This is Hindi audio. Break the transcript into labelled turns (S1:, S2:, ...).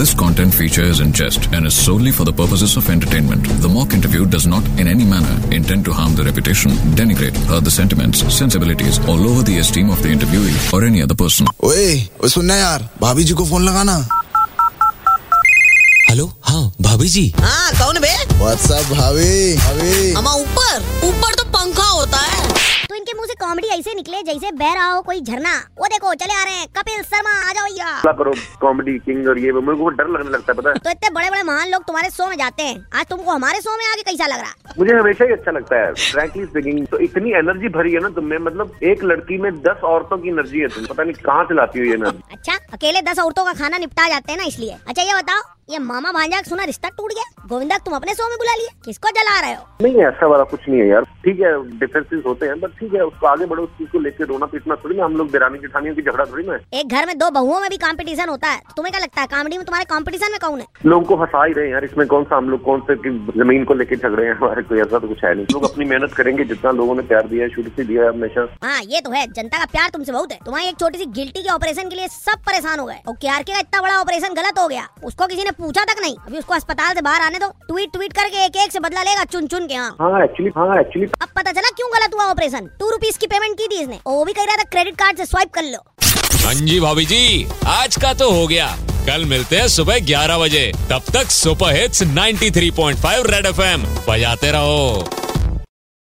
S1: This content feature is in jest and is solely for the purposes of entertainment. The mock interview does not in any manner intend to harm the reputation, denigrate, hurt the sentiments, sensibilities, or lower the esteem of the interviewee or any other person.
S2: ओए ओए सुनना यार भाभी जी को फोन लगाना
S3: हेलो हाँ भाभी जी
S4: हाँ कौन बे
S2: व्हाट्सअप भाभी भाभी
S4: अमा ऊपर ऊपर तो पंखा होता है
S5: तो इनके मुंह से कॉमेडी ऐसे निकले जैसे बह रहा हो कोई झरना वो देखो चले आ रहे हैं कपिल शर्मा आ जाओ भैया
S6: हल्ला करो कॉमेडी किंग और ये वो। मेरे को वो डर लगने लगता है पता है
S5: तो इतने बड़े बड़े महान लोग तुम्हारे शो में जाते हैं आज तुमको हमारे शो में आके कैसा लग रहा
S6: मुझे हमेशा ही अच्छा लगता है फ्रैंकली स्पीकिंग तो इतनी एनर्जी भरी है ना तुमने मतलब एक लड़की में दस औरतों की एनर्जी है तुम पता नहीं कहाँ से लाती हो ये एनर्जी
S5: अच्छा अकेले दस औरतों का खाना निपटा जाते हैं ना इसलिए अच्छा ये बताओ ये मामा भांजा का सुना रिश्ता टूट गया गोविंदा तुम अपने शो में बुला लिए किसको जला रहे हो
S6: नहीं ऐसा वाला कुछ नहीं है यार ठीक है डिफरेंसेस होते हैं बट ठीक है उसको आगे बढ़ो उस चीज को लेकर रोना पीटना थोड़ी ना हम लोग देरानी जेठानियों की झगड़ा थोड़ी ना है
S5: एक घर में दो बहुओं में भी कंपटीशन होता है तो तुम्हें क्या लगता है कॉमेडी में तुम्हारे कंपटीशन में कौन है
S6: लोगों को हंसा ही रहे हैं यार इसमें कौन सा हम लोग कौन से कि जमीन को लेकर झगड़े हैं हमारे कोई ऐसा तो कुछ है नहीं लोग अपनी मेहनत करेंगे जितना लोगों ने प्यार दिया है शुरू से दिया है हमेशा
S5: हाँ ये तो है जनता का प्यार तुमसे बहुत है तुम्हारी एक छोटी सी गिल्टी के ऑपरेशन के लिए सब परेशान हो गए और केआरके का इतना बड़ा ऑपरेशन गलत हो गया उसको किसी ने पूछा तक नहीं अभी उसको अस्पताल से बाहर आने दो ट्वीट ट्वीट करके एक एक से बदला लेगा चुन चुन के हाँ
S6: हाँ एक्चुअली हाँ एक्चुअली
S5: अब पता चला क्यों गलत हुआ ऑपरेशन टू रुपीज की पेमेंट की थी इसने और वो भी कह रहा था क्रेडिट कार्ड से स्वाइप कर लो
S3: हाँ जी भाभी जी आज का तो हो गया कल मिलते हैं सुबह 11 बजे तब तक सुपर हिट्स 93.5 रेड एफएम बजाते रहो